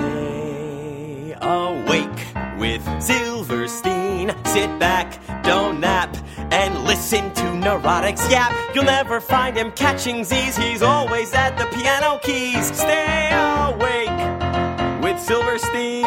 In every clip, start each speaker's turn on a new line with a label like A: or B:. A: Stay awake with Silverstein. Sit back, don't nap, and listen to neurotics yap. You'll never find him catching Z's. He's always at the piano keys. Stay awake with Silverstein.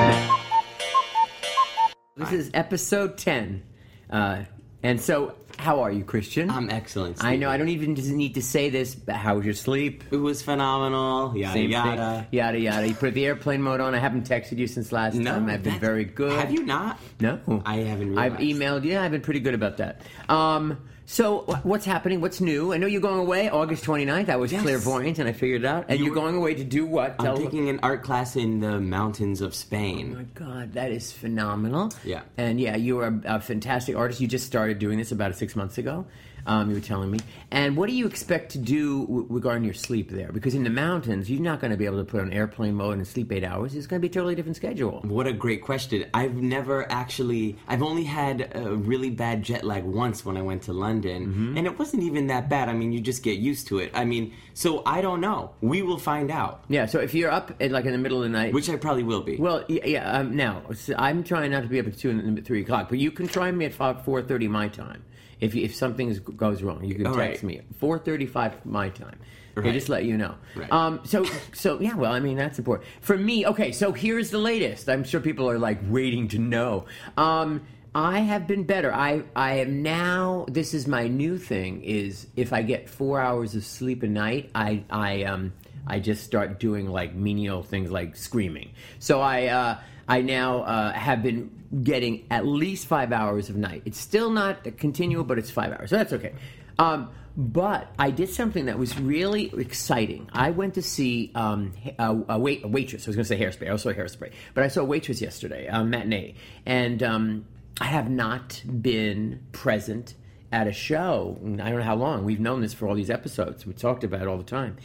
B: This is episode 10. Uh, and so, how are you, Christian?
C: I'm excellent.
B: I know, I
C: Stephen.
B: don't even just need to say this, but how was your sleep?
C: It was phenomenal. Yada
B: Same
C: yada.
B: thing. Yada, yada. You put the airplane mode on. I haven't texted you since last time. I've been
C: that's-
B: very good.
C: Have you not?
B: No.
C: I haven't
B: I've
C: realized.
B: emailed you. I've been pretty good about that. Um, so, wh- what's happening? What's new? I know you're going away August 29th. I was
C: Yes.
B: clairvoyant and I figured it out. And
C: You
B: you are
C: were-
B: going away to do what?
C: I'm
B: Tell-
C: taking an art class in the mountains of Spain.
B: My God, that is phenomenal.
C: Yeah.
B: And yeah, you are a, a fantastic artist. You just started doing this about six months ago. Um, you were telling me. And what do you expect to do w- regarding your sleep there? Because in the mountains, you're not going to be able to put on airplane mode and sleep eight hours. It's going to be a totally different schedule.
C: What a great question. I've never actually, I've only had a really bad jet lag once when I went to London,
B: Mm-hmm.
C: and it wasn't even that bad. I mean, you just get used to it. I mean, so I don't know. We will find out,
B: Yeah. So if you're up at, like in the middle of the night,
C: which I probably will be.
B: well, yeah. yeah um, now so I'm trying not to be up at two and and three o'clock, but you can try me at five, four thirty my time. If you, if something is- goes wrong, you can
C: All right.
B: text me four thirty five my time. They
C: Right.
B: just let you know.
C: Right.
B: Um. So so yeah. Well, I mean that's important for me. Okay. So here's the latest. I'm sure people are like waiting to know. Um. I have been better. I I am now. This is my new thing. Is if I get four hours of sleep a night, I I um I just start doing like menial things like screaming. So I uh, I now uh, have been getting at least five hours of night. It's still not continual, but it's five hours. So that's okay. Um, but I did something that was really exciting. I went to see um, a, a, wait, a waitress. I was going to say hairspray. I also saw hairspray, but I saw a waitress yesterday, a matinee, and um, I have not been present at a show. in I don't know how long. We've known this for all these episodes. We talked about it all the time.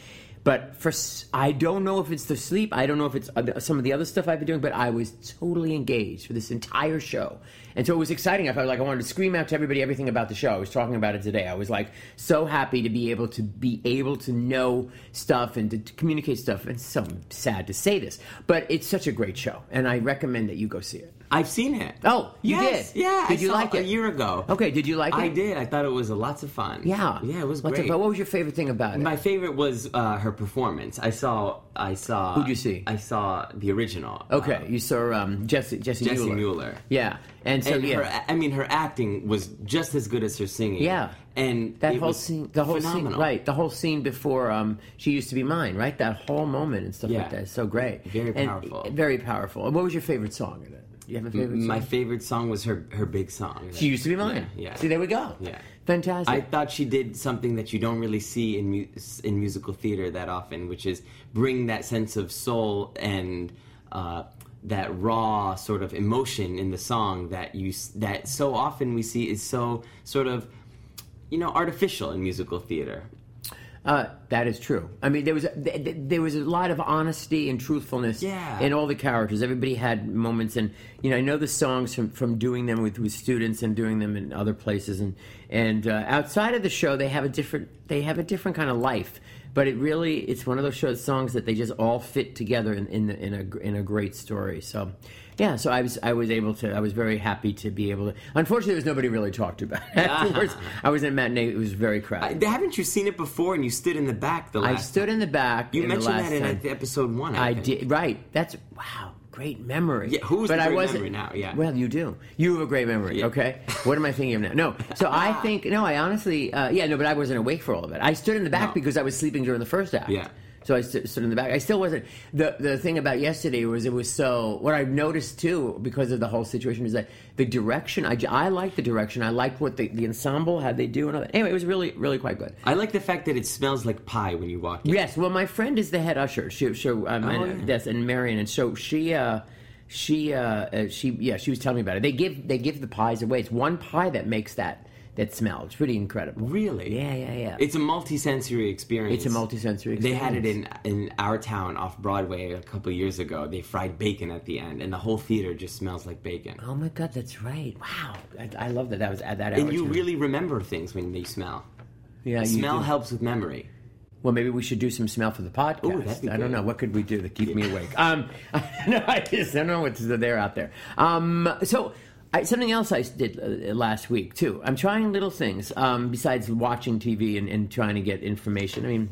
B: But for s- I don't know if it's the sleep. I don't know if it's other- some of the other stuff I've been doing. But I was totally engaged for this entire show, and so it was exciting. I felt like I wanted to scream out to everybody everything about the show. I was talking about it today. I was like so happy to be able to be able to know stuff and to, to communicate stuff. And so sad to say this, but it's such a great show, and I recommend that you go see it.
C: I've seen it.
B: Oh, you
C: yes,
B: did?
C: Yeah.
B: Did
C: I
B: you
C: saw
B: like
C: A
B: it? Oh,
C: year ago.
B: Okay, did you like it?
C: I did. I thought it was a lots of fun.
B: Yeah,
C: Yeah, it was
B: What's
C: great.
B: About, what was your favorite thing about it?
C: My favorite was uh, her performance. I saw. I saw.
B: Who'd you see?
C: I saw the original.
B: Okay,
C: uh,
B: you saw um, Jesse Jesse,
C: Jessie
B: Mueller.
C: Mueller.
B: Yeah, and so
C: and
B: Oh, yeah,
C: her, I mean, her acting was just as good as her singing.
B: Yeah.
C: and
B: that
C: it
B: whole
C: was
B: scene, the whole
C: phenomenal.
B: scene, right? The whole scene before um, she used to be mine, right? That whole moment and stuff
C: Yeah.
B: like that is so great.
C: Very
B: And-
C: powerful.
B: Very powerful. And what was your favorite song in it? You have a favorite song?
C: My favorite song was her her big song.
B: she used to be mine.
C: Yeah, yeah.
B: See, there we go.
C: Yeah.
B: Fantastic.
C: I thought she did something that you don't really see in mu- in musical theater that often, which is bring that sense of soul and uh, that raw sort of emotion in the song that you s- that so often we see is so sort of you know artificial in musical theater.
B: Uh, that is true. I mean, there was a, th- th- there was a lot of honesty and truthfulness
C: Yeah.
B: in all the characters. Everybody had moments, and you know, I know the songs from, from doing them with, with students and doing them in other places, and and uh, outside of the show, they have a different they have a different kind of life. But it really it's one of those shows songs that they just all fit together in in, the, in a gr- in a great story. So. Yeah, so I was I was able to I was very happy to be able to. Unfortunately, there was nobody really talked about. it Afterwards, I was in a matinee. It was very crowded.
C: Haven't you seen it before? And you stood in the back the
B: I
C: last.
B: stood in the back.
C: You
B: in
C: mentioned
B: the last
C: that in
B: time.
C: uh, episode one. I,
B: I
C: think.
B: did right. That's wow, great memory.
C: Yeah, who's
B: but
C: the
B: I
C: great
B: wasn't,
C: memory now? Yeah.
B: Well, you do. You have a great memory.
C: Yeah.
B: Okay. What am I thinking of now? No. So I think no. I honestly, uh, yeah, no. But I wasn't awake for all of it. I stood in the back
C: No.
B: because I was sleeping during the first act.
C: Yeah.
B: So I st- stood in the back. I still wasn't. The the thing about yesterday was it was so. What I noticed too, because of the whole situation, is that the direction. I, j- I liked the direction. I liked what the, the ensemble had they do and all that. Anyway, it was really really quite good.
C: I like the fact that it smells like pie when you walk in.
B: Yes, well, my friend is the head usher. She, she um, and,
C: Oh, yeah.
B: yes, and Marion, and so she, uh, she, uh, uh, she, yeah, she was telling me about it. They give they give the pies away. It's one pie that makes that that smell. It's pretty incredible.
C: Really?
B: Yeah, yeah, yeah.
C: It's a multi-sensory experience.
B: It's a multi-sensory
C: They had it
B: experience.
C: in in our town off Broadway a couple years ago. They fried bacon at the end, and the whole theater just smells like bacon.
B: oh my god, that's right. Wow, I, I love that. That was at that.
C: and
B: hour
C: you
B: too.
C: really remember things when they smell.
B: yeah, you
C: smell
B: do.
C: helps with memory.
B: Well, maybe we should do some smell for the podcast.
C: Ooh, that'd be
B: I don't
C: good.
B: know what could we do to keep me awake. Um, no, I just I don't know what's there out there. Um, so I, something else I did uh, last week too. I'm trying little things um, besides watching TV and, and trying to get information. I mean.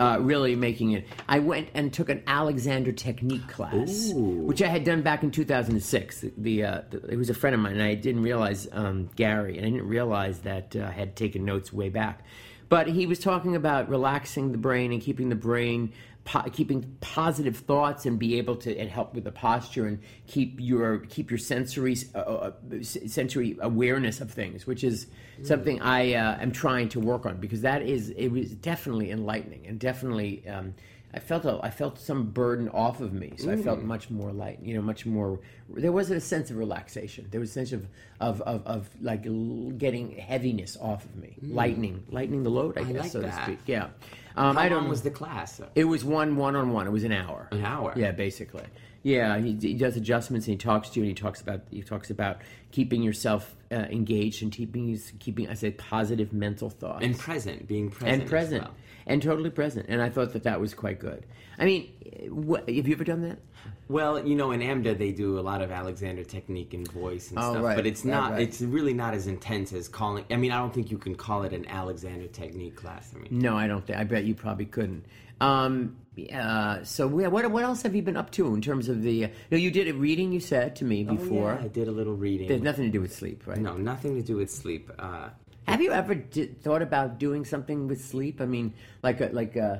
B: Uh, really making it. I went and took an Alexander Technique class, which I had done back in 2006. The, uh, the it was a friend of mine, and I didn't realize um, Gary, and I didn't realize that uh, I had taken notes way back. But he was talking about relaxing the brain and keeping the brain, po- keeping positive thoughts, and be able to and help with the posture and keep your keep your sensory uh, uh, s- sensory awareness of things, which is something I uh, am trying to work on because that is it was definitely enlightening and definitely. Um, I felt a, I felt some burden off of me, so I felt
C: Mm.
B: much more light. You know, much more. There was a sense of relaxation. There was a sense of of of, of like l- getting heaviness off of me, lightening, lightening the load. I, guess
C: Mm. like
B: so to
C: that.
B: speak. Yeah. Um,
C: How
B: I don't.
C: long was the class?
B: it was one one on one. It was an hour.
C: An hour?
B: Yeah, basically. Yeah, he, he does adjustments and he talks to you and he talks about he talks about keeping yourself uh, engaged and keeping keeping I say positive mental thoughts
C: and present, being present.
B: and present
C: As well.
B: and totally present and i thought that that was quite good i mean wha have you ever done that
C: Well, you know, in AMDA they do a lot of Alexander technique and voice and
B: Oh,
C: stuff,
B: right,
C: but it's
B: right,
C: not.
B: right.
C: It's really not as intense as calling. I mean, I don't think you can call it an Alexander technique class. I mean,
B: no i don't think i bet you probably couldn't um, uh, so we- what, what else have you been up to in terms of the no you did a reading you said to me before
C: Oh, Yeah, I did a little reading.
B: there's nothing to do with sleep right
C: no, nothing to do with sleep. Uh,
B: have you ever d- thought about doing something with sleep i mean like a, like a,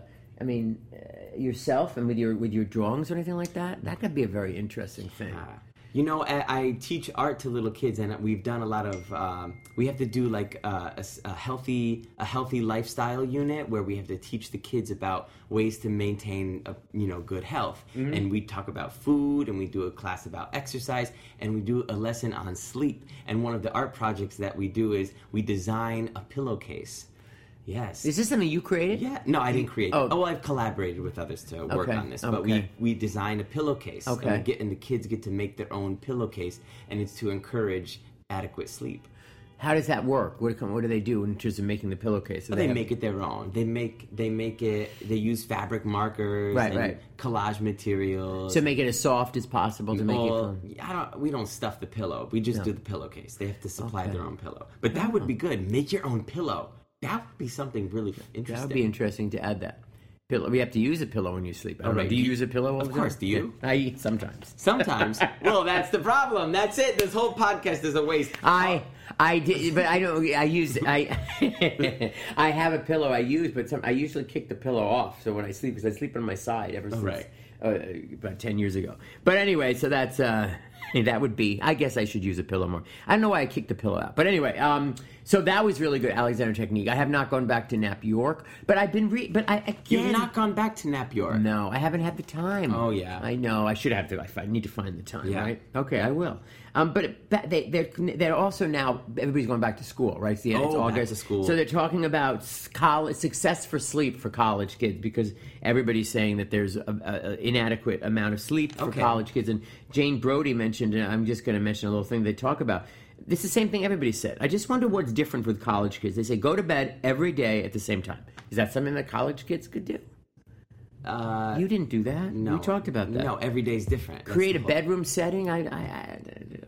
B: i mean uh, yourself and with your with your drawings or anything like that that could be a very interesting thing
C: Uh, you know, I, I teach art to little kids, and we've done a lot of. Um, we have to do like uh, a, s- a healthy, a healthy lifestyle unit where we have to teach the kids about ways to maintain, a, you know, good health. And we talk about food, and we do a class about exercise, and we do a lesson on sleep. And one of the art projects that we do is we design a pillowcase. Yes.
B: is this something you created
C: Yeah, no, I didn't create
B: Oh.
C: it. Oh, well, I've collaborated with others to work
B: Okay,
C: on this, but
B: okay.
C: we we design a pillowcase.
B: Okay.
C: and, we get, and the kids get to make their own pillowcase, and it's to encourage adequate sleep.
B: How does that work? What, what do they do in terms of making the pillowcase? Do
C: They
B: have-
C: make it their own. They make they make it. They use fabric markers
B: Right,
C: and
B: right.
C: collage materials.
B: to make it as soft as possible to make it.
C: Well,
B: From,
C: I don't. We don't stuff the pillow. We just do the pillowcase. They have to supply their own pillow. But that would be good. Make your own pillow. That would be something really interesting.
B: that would be interesting to add that. Pillow. We have to use a pillow when you sleep. I don't know.
C: right.
B: Do you
C: Do you-
B: use a pillow? All
C: Of
B: the
C: course,
B: time?
C: do you?
B: Yeah, I sometimes.
C: Sometimes. well, that's the problem. That's it. This whole podcast is a waste.
B: I I did, but I don't. I use I I have a pillow I use, but some, I usually kick the pillow off. So when I sleep, because I sleep on my side ever since
C: Oh, right.
B: uh, about ten years ago. But anyway, so that's uh, that would be. I guess I should use a pillow more. I don't know why I kicked the pillow out, but anyway. Um, so that was really good, Alexander technique. I have not gone back to Nap York, but I've been re. But I
C: You've
B: again.
C: not gone back to Nap York.
B: no, I haven't had the time.
C: Oh, yeah.
B: I know. I should have to. I fi- need to find the time,
C: Yeah.
B: right? Okay, I will. Um, but it, but they, they're they're also now everybody's going back to school, right? It's the end. it's
C: Oh, back
B: August.
C: to school.
B: So they're talking about s- college success for sleep for college kids because everybody's saying that there's a, a, a inadequate amount of sleep for
C: Okay.
B: college kids. And Jane Brody mentioned, and I'm just going to mention a little thing they talk about. This is the same thing everybody said. I just wonder what's different with college kids. They say go to bed every day at the same time. Is that something that college kids could do? Uh, you didn't do that.
C: No.
B: We talked about that
C: No, every day's different. That's
B: create
C: the
B: a
C: whole-
B: bedroom setting. I, I, I,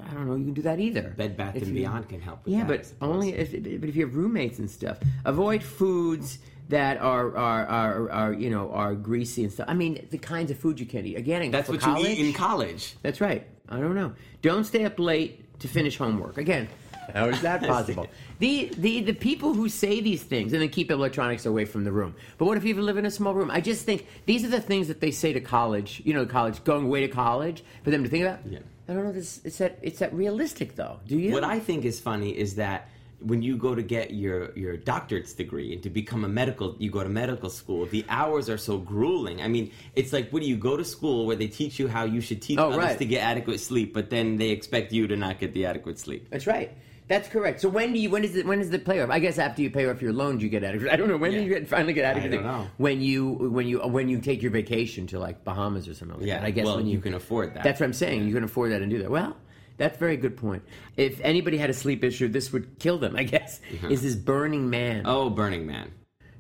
B: I don't know. You can do that either.
C: Bed Bath
B: If
C: and
B: you-
C: Beyond can help with
B: Yeah,
C: that, I
B: but
C: suppose.
B: only if, but if you have roommates and stuff. Avoid foods that are are, are are you know are greasy and stuff. I mean, the kinds of food you can eat. Again,
C: That's
B: for
C: what
B: college,
C: you eat in college.
B: That's right. I don't know. Don't stay up late to finish homework. Again. How is that possible? the, the the people who say these things and then keep electronics away from the room. But what if you live in a small room? I just think these are the things that they say to college, you know, college going away to college for them to think about.
C: Yeah.
B: I don't know. if This it's that it's that realistic though. Do you?
C: What I think is funny is that when you go to get your, your doctorate's degree and to become a medical, you go to medical school, the hours are so grueling. I mean, it's like, what do you go to school where they teach you how you should teach
B: Oh,
C: others
B: right.
C: to get adequate sleep, but then they expect you to not get the adequate sleep?
B: That's right. That's correct. So when do you when is it when is the payoff? I guess after you pay off your loans, you get out of. I don't know when do
C: Yeah.
B: you get, finally get out of.
C: I
B: your thing?
C: don't know.
B: When you when you when you take your vacation to like Bahamas or something. Like
C: Yeah,
B: that. I guess
C: well,
B: when
C: you can afford that.
B: That's what I'm saying. You can afford that and do that. Well, that's a very good point. If anybody had a sleep issue, this would kill them. I guess is this Burning Man.
C: Oh, Burning Man.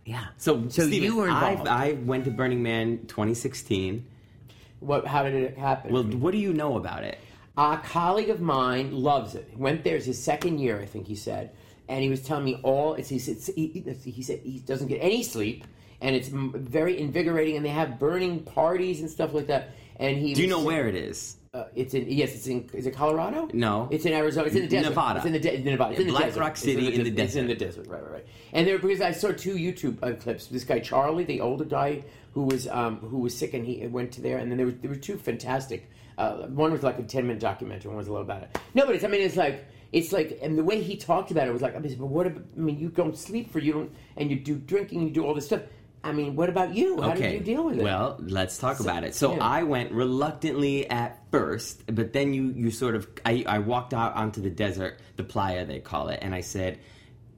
B: Yeah.
C: Oh. So,
B: so
C: Steven, uh,
B: you were involved.
C: I, I went to Burning Man 2016.
B: what? How did it happen?
C: Well, what do you know about it?
B: A colleague of mine loves it. Went there. It's his second year, I think he said, and he was telling me all. It's, he, said, he, he said he doesn't get any sleep, and it's m- very invigorating. And they have burning parties and stuff like that. And he
C: Do you
B: was-
C: know where it is?
B: Uh, it's in yes, it's in is it Colorado?
C: No.
B: it's in Arizona. It's in the desert.
C: Nevada.
B: It's in the de- Nevada. It's in the
C: Black
B: desert.
C: Rock
B: It's
C: City in the
B: des- It's in the desert. Right, right, right. And there because I saw two YouTube uh, clips. This guy Charlie, the older guy who was um, who was sick, and he went to there. And then there were there were two fantastic. Uh, one was like a ten minute documentary. One was a little about it. No, but it's I mean it's like. It's like, and the way he talked about it was like, I mean, but what? About, I mean, you don't sleep for you don't, and you do drinking, you do all this stuff. I mean, what about you? How did you deal with it?
C: Well, let's talk about it. So
B: yeah.
C: I went reluctantly at first, but then you you sort of I, I walked out onto the desert, the playa they call it, and I said,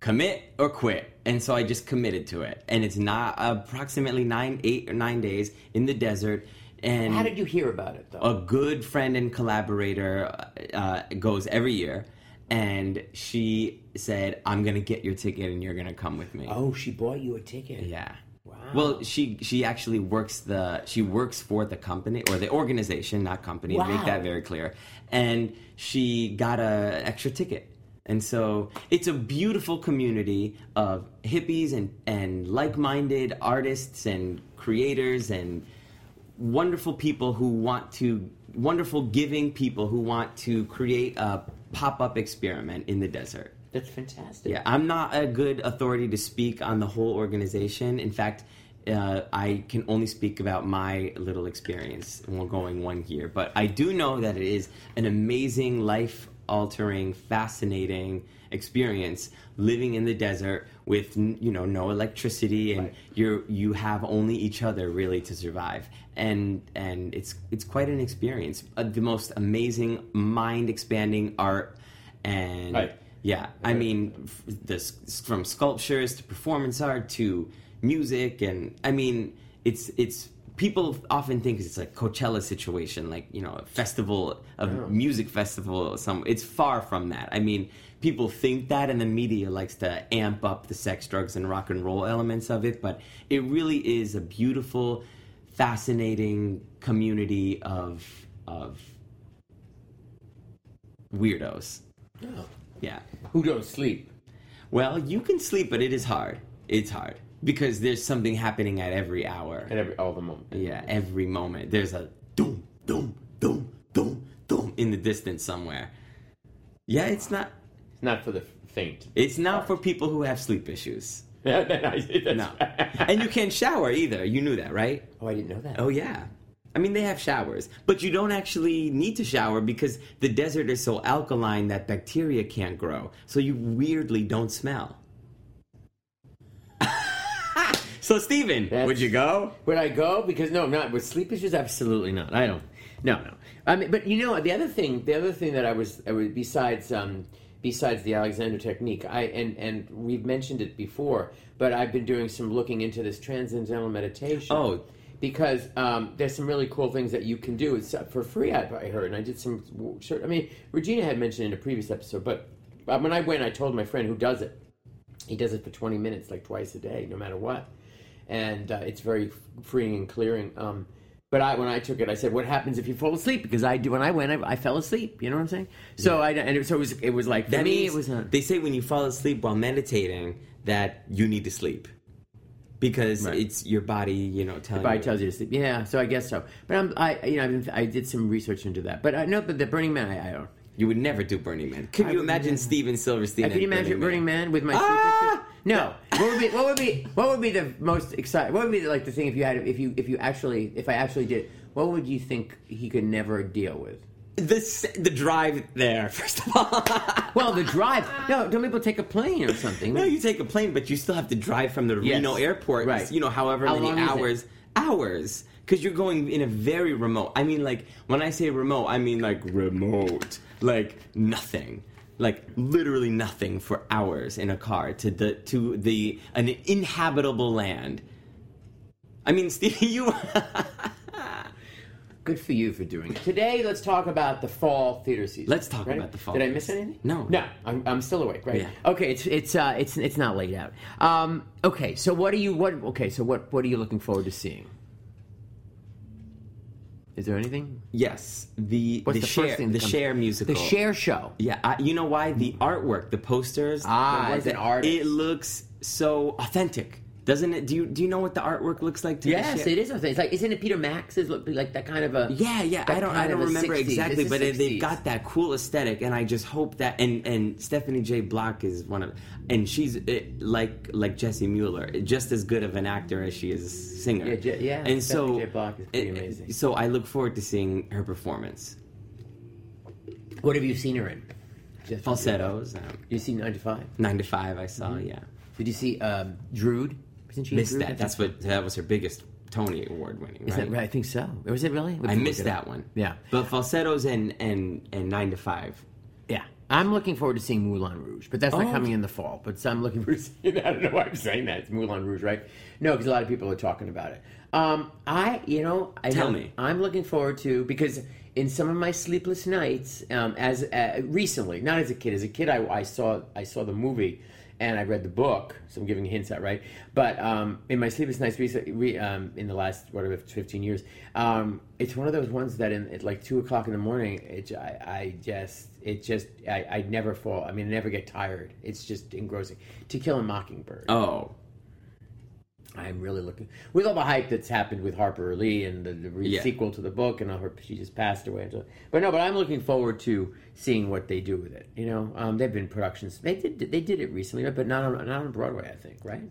C: commit or quit. And so I just committed to it, and it's not approximately nine, eight or nine days in the desert. And
B: how did you hear about it though?
C: a good friend and collaborator uh, goes every year, and she said, "I'm gonna get your ticket, and you're gonna come with me."
B: Oh, she bought you a ticket.
C: Yeah.
B: Wow.
C: Well, she she actually works the she works for the company or the organization, not company. to Make
B: Wow.
C: that very clear. And she got a extra ticket. And so it's a beautiful community of hippies and, and like-minded artists and creators and wonderful people who want to wonderful giving people who want to create a pop-up experiment in the desert.
B: That's fantastic.
C: Yeah, I'm not a good authority to speak on the whole organization. In fact, uh, I can only speak about my little experience while going one year. But I do know that it is an amazing, life altering, fascinating experience living in the desert with n- you know no electricity and you're you have only each other really to survive and and it's it's quite an experience uh, the most amazing mind expanding art and
B: Right.
C: yeah, I mean, f- this from sculptures to performance art to music, and I mean, it's it's people often think it's like Coachella situation, like you know, a festival, a music festival. Or some it's far from that. I mean, people think that, and the media likes to amp up the sex, drugs, and rock and roll elements of it, but it really is a beautiful, fascinating community of of weirdos. Yeah.
B: Who don't sleep?
C: Well, you can sleep, but it is hard. It's hard because there's something happening at every hour.
B: At every all the moment.
C: Yeah, every moment. There's a doom, doom, doom, doom, doom in the distance somewhere. Yeah, it's not.
B: It's not for the faint.
C: It's not for people who have sleep issues.
B: no.
C: No, and you can't shower either. You knew that, right?
B: Oh, I didn't know that.
C: Oh yeah. I mean, they have showers, but you don't actually need to shower because the desert is so alkaline that bacteria can't grow. So you weirdly don't smell. so, Steven, would
B: That's-
C: you go?
B: Would I go? Because no, I'm not with sleep issues. Absolutely not. I don't. No, no. I mean, but you know, the other thing, the other thing that I was, I was besides, um, besides the Alexander technique, I and and we've mentioned it before, but I've been doing some looking into this transcendental meditation.
C: Oh.
B: Because um, there's some really cool things that you can do it's uh, for free. I, I heard, and I did some. I mean, Regina had mentioned in a previous episode, but uh, when I went, I told my friend who does it he does it for 20 minutes like twice a day no matter what and uh, it's very f- freeing and clearing um, but I, when I took it, I said, "What happens if you fall asleep?" Because I do. When I went, I, I fell asleep. You know what I'm saying? So I and it, so it was it was like for
C: That
B: me,
C: means
B: it was a,
C: they say when you fall asleep while meditating that you need to sleep because
B: Right.
C: it's your body, you know, telling
B: Body
C: you.
B: tells you to sleep. Yeah, so I guess so. But I'm, I, you know, I've been, I did some research into that. But I know, but the Burning Man, I, I don't.
C: you would never do Burning Man. Could
B: I
C: you
B: would
C: imagine
B: never.
C: Steven Silverstein?
B: Can
C: at
B: you imagine Burning Man with my sleep
C: Ah!
B: issues? No. What would be what would be what would be the most exciting? What would be like the thing if you had if you if you actually if I actually did? What would you think he could never deal with?
C: This the drive there. First of all,
B: Well, the drive. No, don't people take a plane or something?
C: No, you take a plane, but you still have to drive from the
B: Yes.
C: Reno airport.
B: Right.
C: You know, however
B: How long
C: many
B: is it?
C: hours, hours, because you're going in a very remote. I mean, like when I say remote, I mean like remote, like nothing, like literally nothing for hours in a car to the to the an inhabitable land. I mean, Steve, you
B: Good for you for doing it. Today, let's talk about the fall theater season.
C: Let's talk
B: Ready?
C: about the fall
B: Did I
C: theater
B: miss
C: season.
B: anything?
C: No.
B: No, I'm, I'm still awake, right?
C: Yeah.
B: Okay, it's it's uh it's it's not laid out. Um, okay, so what are you what? Okay, so what what are you looking forward to seeing? Is there anything?
C: Yes, the
B: What's
C: the,
B: first
C: share
B: thing that
C: the
B: comes-
C: share musical.
B: The share show.
C: Yeah, I, you know why the artwork, the posters,
B: Ah,
C: the ones
B: as an
C: that-
B: artist.
C: it looks so authentic, doesn't it? Do you do you know what the artwork looks like? To the
B: Yes,
C: share-
B: it is. It's like isn't it Peter Max's look like that kind of a
C: Yeah, yeah.
B: that
C: I don't.
B: kind
C: I
B: of
C: don't
B: a
C: remember
B: 60s.
C: exactly,
B: It's a
C: but it,
B: 60s.
C: they've got that cool aesthetic, and I just hope that. And and Stephanie J. Block is one of, and she's eh, like like Jesse Mueller, just as good of an actor as she is a singer.
B: Yeah, Je- yeah,
C: And so
B: Stephanie J. Block is pretty
C: eh, eh,
B: amazing.
C: So I look forward to seeing her performance.
B: What have you seen her in? Just-
C: Falsettos, um,
B: You seen Nine to Five?
C: nine to five. I saw.
B: Mm-hmm.
C: Yeah,
B: Did you see um, Drood? Wasn't she in
C: missed
B: Drood?
C: that.
B: I think-
C: That's what that was her biggest Tony Award winning.
B: Is that
C: Right?
B: right? I think so. Or was it really?
C: I missed that one.
B: Yeah.
C: but falsettos and and and nine to five.
B: Yeah. I'm looking forward to seeing Moulin Rouge, but that's not
C: Oh,
B: coming
C: okay.
B: in the fall. But I'm looking forward to seeing I don't know why I'm saying that. It's Moulin Rouge, right? No, because a lot of people are talking about it. Um, I, you know, I
C: Tell
B: don't-
C: me.
B: I'm looking forward to because in some of my sleepless nights, um, as uh, recently, not as a kid, as a kid, I, I saw I saw the movie and I read the book, so I'm giving hints out, right? But um, in my sleepless nights, rec- re, um, in the last whatever 15 years, um, it's one of those ones that in, at like two o'clock in the morning, it, j- I, I just it just I, I never fall. I mean, I never get tired. It's just engrossing. To Kill a Mockingbird.
C: Oh,
B: I'm really looking with all the hype that's happened with Harper Lee and the, the re-
C: Yeah.
B: sequel to the book, and all her she just passed away. and so- But no, but I'm looking forward to seeing what they do with it. You know, um, they've been productions. They did they did it recently, right? but not on not on Broadway, I think. Right?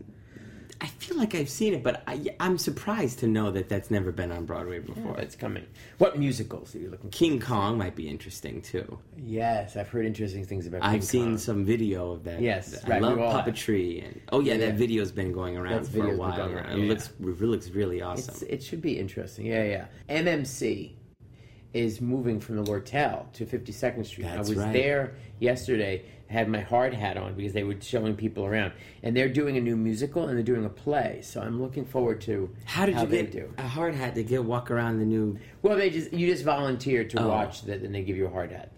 C: I feel like I've seen it, but I, am surprised to know that that's never been on Broadway before.
B: It's coming. What musicals are you looking? for?
C: King Kong might be interesting too.
B: Yes, I've heard interesting things about. King
C: I've seen
B: Kong.
C: some video of that.
B: Yes,
C: Th- I
B: right,
C: love
B: we all have.
C: puppetry and oh yeah,
B: Yeah,
C: that
B: yeah.
C: video's been going around
B: That
C: for a
B: video's been
C: while.
B: going around,
C: it
B: yeah.
C: looks it looks really awesome.
B: It's, it should be interesting. Yeah, yeah. MMC is moving from the Lortel to 52nd Street.
C: That's
B: I was
C: right.
B: there yesterday, had my hard hat on because they were showing people around. And they're doing a new musical and they're doing a play. So I'm looking forward to
C: how did you
B: they
C: get
B: do.
C: a hard hat to get walk around the new?
B: Well, they just you just volunteer to watch that, and they give you a hard hat.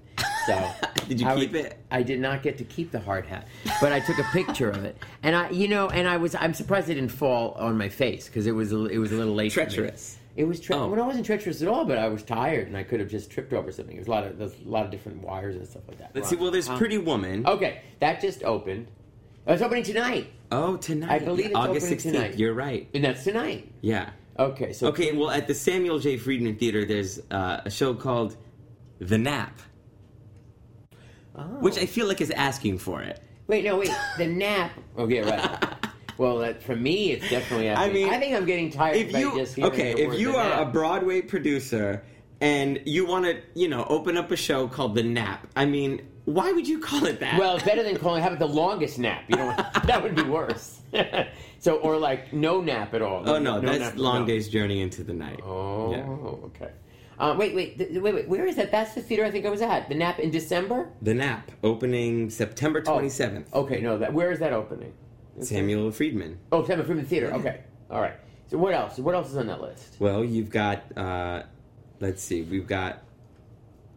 B: So
C: Oh. Did you
B: I
C: keep
B: would-
C: it?
B: I did not get to keep the hard hat, but I took a picture of it, and I, you know, and I was I'm surprised it didn't fall on my face because it was a, it was a little late. for me.
C: Treacherous.
B: It was tre-
C: Oh.
B: well, I wasn't treacherous at all, but I was tired and I could have just tripped over something. There's a lot of there's a lot of different wires and stuff like that.
C: Let's see. Well, there's Pretty Woman.
B: okay, that just opened. Oh, it's opening tonight,
C: Oh, tonight.
B: I believe it's
C: August
B: opening tonight.
C: You're right.
B: and that's tonight.
C: Yeah.
B: Okay, so
C: Okay. Well, at the Samuel J. Friedman Theater, there's uh, a show called The Nap,
B: Oh.
C: which I feel like is asking for it.
B: Wait, no, wait. The nap. Okay, right. well, that, for me, it's definitely. I mean, I think I'm getting tired.
C: if
B: by
C: you
B: just hearing
C: okay,
B: the
C: if
B: word
C: you
B: the
C: are
B: nap.
C: a Broadway producer and you want to, you know, open up a show called The Nap, I mean, why would you call it that?
B: well, it's better than calling. How about the longest nap? You know, that would be worse. so, or like no nap at all.
C: oh no,
B: nap
C: that's
B: at
C: Long
B: all.
C: Day's Journey into the Night.
B: Oh,
C: Yeah.
B: okay. Uh, wait, wait, th- wait, wait. Where is that? That's the theater I think I was at. The nap in December.
C: The Nap opening September
B: Oh,
C: twenty seventh.
B: Okay, no. That where is that opening?
C: Samuel Friedman.
B: Oh, Sam Freeman Theater. Okay, all right. So what else? What else is on that list?
C: Well, you've got, uh, let's see, we've got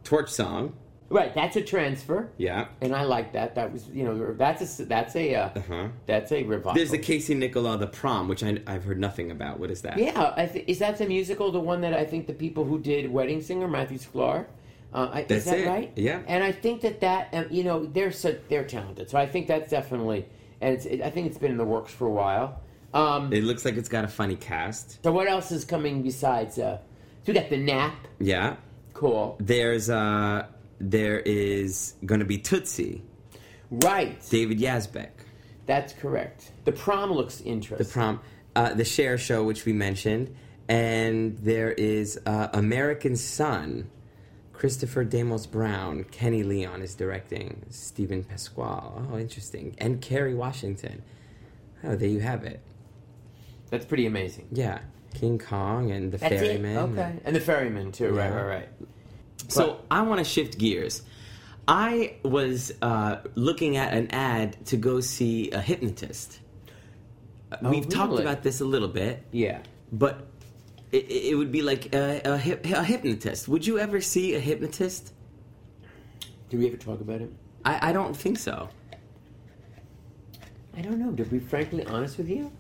C: Torch Song.
B: Right, that's a transfer.
C: Yeah.
B: and I like that. That was you know that's a that's a uh,
C: Uh-huh.
B: that's a revival.
C: There's the Casey Nicola The Prom, which I, I've heard nothing about. What is that?
B: yeah. I th- is that the musical? The one that I think the people who did Wedding Singer Matthew Sklar. Uh, I, is
C: That's
B: that
C: it.
B: right?
C: Yeah.
B: And I think that that um, you know they're so they're talented. So I think that's definitely and it's, it, I think it's been in the works for a while. Um,
C: It looks like it's got a funny cast.
B: so what else is coming besides? Uh, so we got the nap.
C: Yeah.
B: Cool.
C: There's uh there is gonna be Tootsie,
B: Right.
C: David Yazbek.
B: That's correct. The prom looks interesting.
C: The prom uh the share show which we mentioned. And there is uh American Son, Christopher Damos Brown, Kenny Leon is directing, Stephen Pasquale. Oh interesting. And Kerry Washington. Oh, there you have it.
B: that's pretty amazing.
C: Yeah. King Kong and the
B: That's
C: Ferryman.
B: it. Okay. And the ferryman too. Right.
C: Yeah.
B: Right. Right.
C: So I want to shift gears. I was uh, looking at an ad to go see a hypnotist. We've talked
B: Oh, really?
C: about this a little bit,
B: Yeah.
C: but it, it would be like a, a, hyp- a hypnotist. Would you ever see a hypnotist?
B: Did we ever talk about it?
C: I, I don't think so.
B: I don't know. To be frankly honest with you,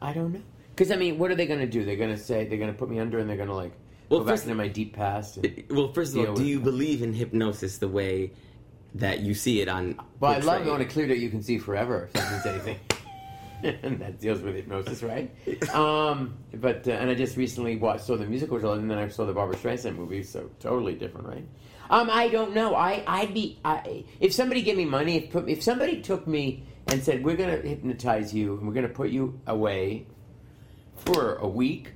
B: I don't know. Because I mean, what are they going to do? They're going to say they're going to put me under, and they're going to like
C: Well,
B: go back
C: first-
B: into my deep past. And,
C: Well, first of
B: Yeah,
C: all, do
B: well-
C: you believe in hypnosis the way that you see it on?
B: but I love
C: portrayed?
B: on a clear day you can see forever. If that means anything. and that deals with hypnosis, right? um, but uh, and I just recently watched saw the musical, and then I saw the Barbara Streisand movie. So totally different, right? Um, I don't know. I I'd be I, if somebody gave me money. If put, if somebody took me and said we're going to hypnotize you and we're going to put you away for a week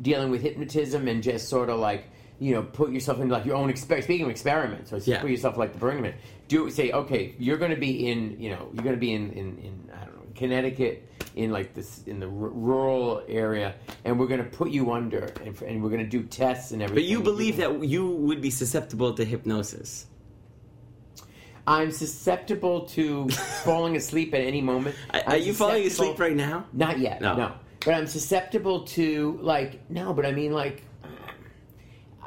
B: dealing with hypnotism and just sort of like you know put yourself in like your own experiment speaking of experiments so it's
C: Yeah.
B: put yourself like the burning man do say okay you're going to be in you know you're going to be in, in in i don't know connecticut in like this in the r- rural area and we're going to put you under and, f- and we're going to do tests and everything
C: But you believe that you would be susceptible to hypnosis.
B: i'm susceptible to falling asleep at any moment
C: Are,
B: I'm
C: are you falling asleep
B: susceptible-
C: right now?
B: Not yet.
C: No.
B: No. But I'm susceptible to like no, but I mean like I,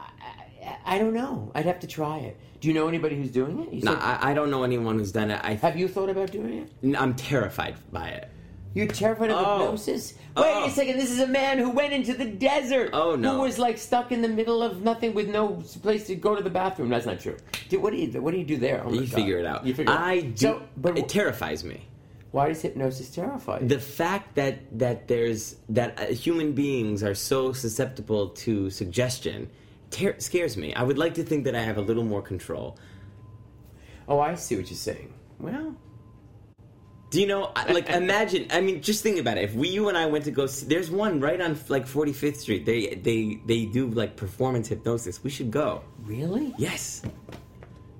B: I, I don't know. I'd have to try it. Do you know anybody who's doing it? You
C: No,
B: said-
C: I, I don't know anyone who's done it. I
B: have you thought about doing it?
C: I'm terrified by it.
B: You're terrified of
C: Oh.
B: hypnosis? Wait
C: Oh.
B: a second, this is a man who went into the desert.
C: Oh, no.
B: Who was like stuck in the middle of nothing with no place to go to the bathroom. That's not true. Dude, what do you what do you do there? Oh, my
C: You
B: God.
C: figure it out.
B: You figure it out.
C: I do.
B: So, but
C: it terrifies me.
B: why does hypnosis terrify you?
C: The fact that that there's that uh, human beings are so susceptible to suggestion ter- scares me. I would like to think that I have a little more control.
B: oh, I see what you're saying. Well,
C: Do you know, I- like, imagine? I mean, just think about it. If we, you and I went to go, see, there's one right on like 45th Street. They, they, they do like performance hypnosis. We should go.
B: really?
C: Yes,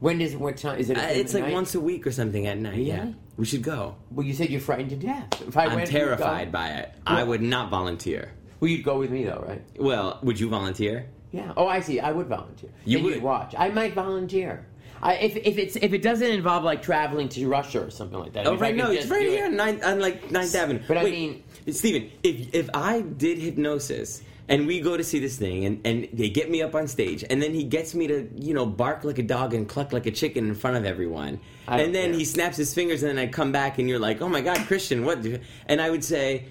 B: When does what time is it?
C: uh,
B: at
C: it's like
B: night?
C: once a week or something at night. Yeah,
B: Really?
C: we should go.
B: Well, you said you're frightened to death. If I
C: I'm
B: went, you'd go?
C: terrified by it. I would not volunteer.
B: Well, you'd go with me though, right?
C: Well, would you volunteer?
B: Yeah. Oh, I see. I would volunteer.
C: You
B: And
C: would.
B: watch. I might volunteer. I, if, if it's if it doesn't involve like traveling to Russia or something like that.
C: Oh,
B: if I
C: right,
B: could
C: no, it's
B: just
C: right
B: do
C: here
B: it-
C: on, nine, on like Ninth Avenue.
B: But I
C: Wait,
B: mean-
C: Stephen, if if I did hypnosis and we go to see this thing and, and they get me up on stage and then he gets me to you know bark like a dog and cluck like a chicken in front of everyone
B: I don't
C: and then
B: care.
C: he snaps his fingers and then I come back and you're like oh my god Christian what do-" and I would say.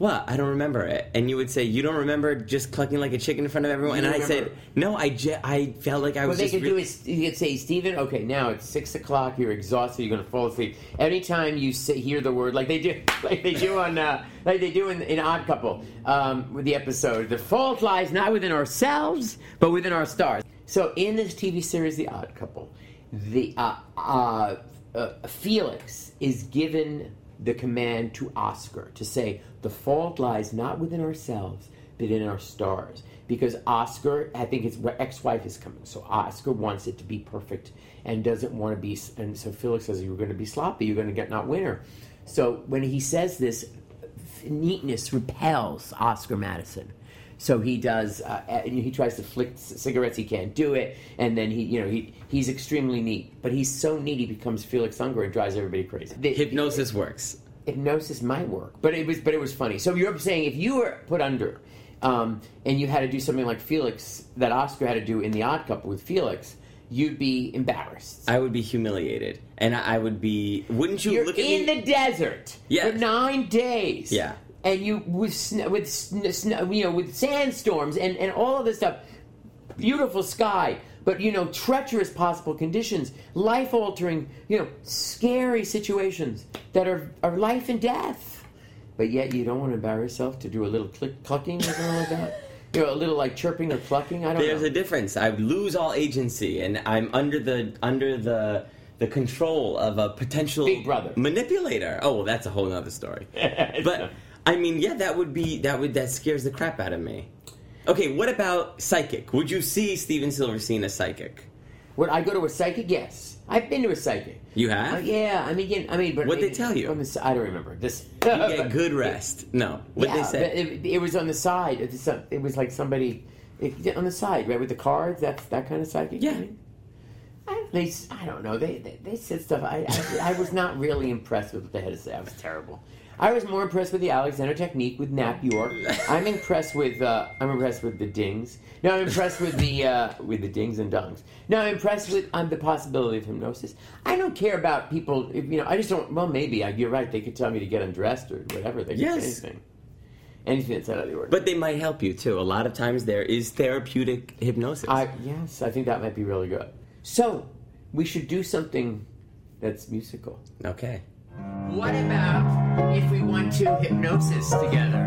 C: What? I don't remember it. And you would say, You don't remember just clucking like a chicken in front of everyone?
B: You
C: and I
B: remember.
C: said, No, I, je- I felt like I
B: What
C: was
B: they
C: just.
B: could
C: re-
B: do is you could say, Stephen, okay, now it's six o'clock. You're exhausted. You're going to fall asleep. Anytime you say, hear the word, like they do, like they do on, uh, like they do in, in Odd Couple, um, with the episode, the fault lies not within ourselves, but within our stars. So in this TV series, The Odd Couple, the uh, uh, uh, Felix is given the command to Oscar to say, the fault lies not within ourselves, but in our stars. Because Oscar, I think his ex wife is coming. So Oscar wants it to be perfect and doesn't want to be. And so Felix says, You're going to be sloppy. You're going to get not winner. So when he says this, neatness repels Oscar Madison. So he does, uh, and he tries to flick c- cigarettes. He can't do it, and then he, you know, he he's extremely neat. But he's so neat, he becomes Felix Unger and drives everybody crazy. The-
C: Hypnosis works.
B: hypnosis might work, but it was but it was funny. So you're saying if you were put under, um, and you had to do something like Felix that Oscar had to do in The Odd Couple with Felix, you'd be embarrassed.
C: I would be humiliated. And I I would be. Wouldn't you
B: You're
C: look at me?
B: in the desert
C: Yes.
B: for nine days.
C: Yeah.
B: and you with sn- with sn- sn- you know with sandstorms and and all of this stuff, beautiful sky. But you know, treacherous possible conditions, life-altering, you know, scary situations that are, are life and death. But yet, you don't want to embarrass yourself to do a little click clucking or something like that. You know, a little like chirping or clucking. I don't
C: There's
B: know.
C: a difference. I lose all agency, and I'm under the under the the control of a potential
B: Big brother.
C: manipulator. Oh, well, that's a whole other story. but I mean, yeah, that would be that would that scares the crap out of me. Okay, what about psychic? Would you see Steven Silverstein as psychic?
B: Would I go to a psychic? Yes, I've been to a psychic.
C: You
B: Uh,
C: have?
B: yeah, I mean, again, I mean, but
C: What'd they
B: it-
C: tell you?
B: on the si- I don't remember this.
C: You get good rest. No. What
B: yeah,
C: they
B: but
C: say?
B: It, it was on the side. It was, some- it was like somebody it, on the side, right, with the cards. That's that kind of psychic.
C: Yeah.
B: reading? I, they, s- I don't know. They, they, they said stuff. I, I, I was not really impressed with what they had to say. I was terrible. I was more impressed with the Alexander technique with Nap York. I'm impressed with uh, I'm impressed with the dings. No, I'm impressed with the uh, with the dings and dongs. No, I'm impressed with um, the possibility of hypnosis. I don't care about people. If, you know, I just don't. Well, maybe I, you're right. They could tell me to get undressed or whatever. They could
C: Yes.
B: say anything. Anything that's out of the ordinary.
C: But they might help you too. A lot of times there is therapeutic hypnosis.
B: I, yes, I think that might be really good. So we should do something that's musical.
C: okay.
B: What about if we want to hypnosis together?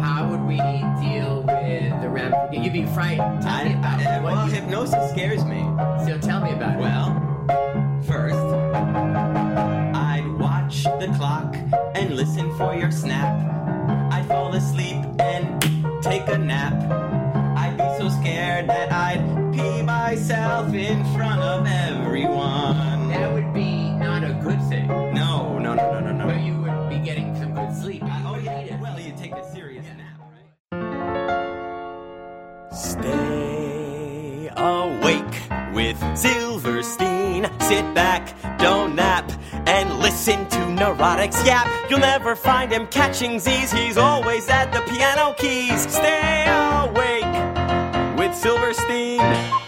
B: How would we deal with the ramifications? You'd be frightened. Tell
C: I,
B: me about
C: I,
B: it. What
C: well,
B: you-
C: hypnosis scares me.
B: so tell me about it.
C: Well, first, I'd watch the clock and listen for your snap. I'd fall asleep and take a nap. I'd be so scared that I'd pee myself in front of everyone.
B: That would be not a good thing,
C: No, no, no, no, no,
B: but
C: no.
B: you would be getting some good sleep.
C: Oh, yeah, well, you take a serious nap, right?
A: Stay awake with Silverstein. Sit back, don't nap, and listen to neurotics yap. You'll never find him catching Z's. He's always at the piano keys. Stay awake with Silverstein.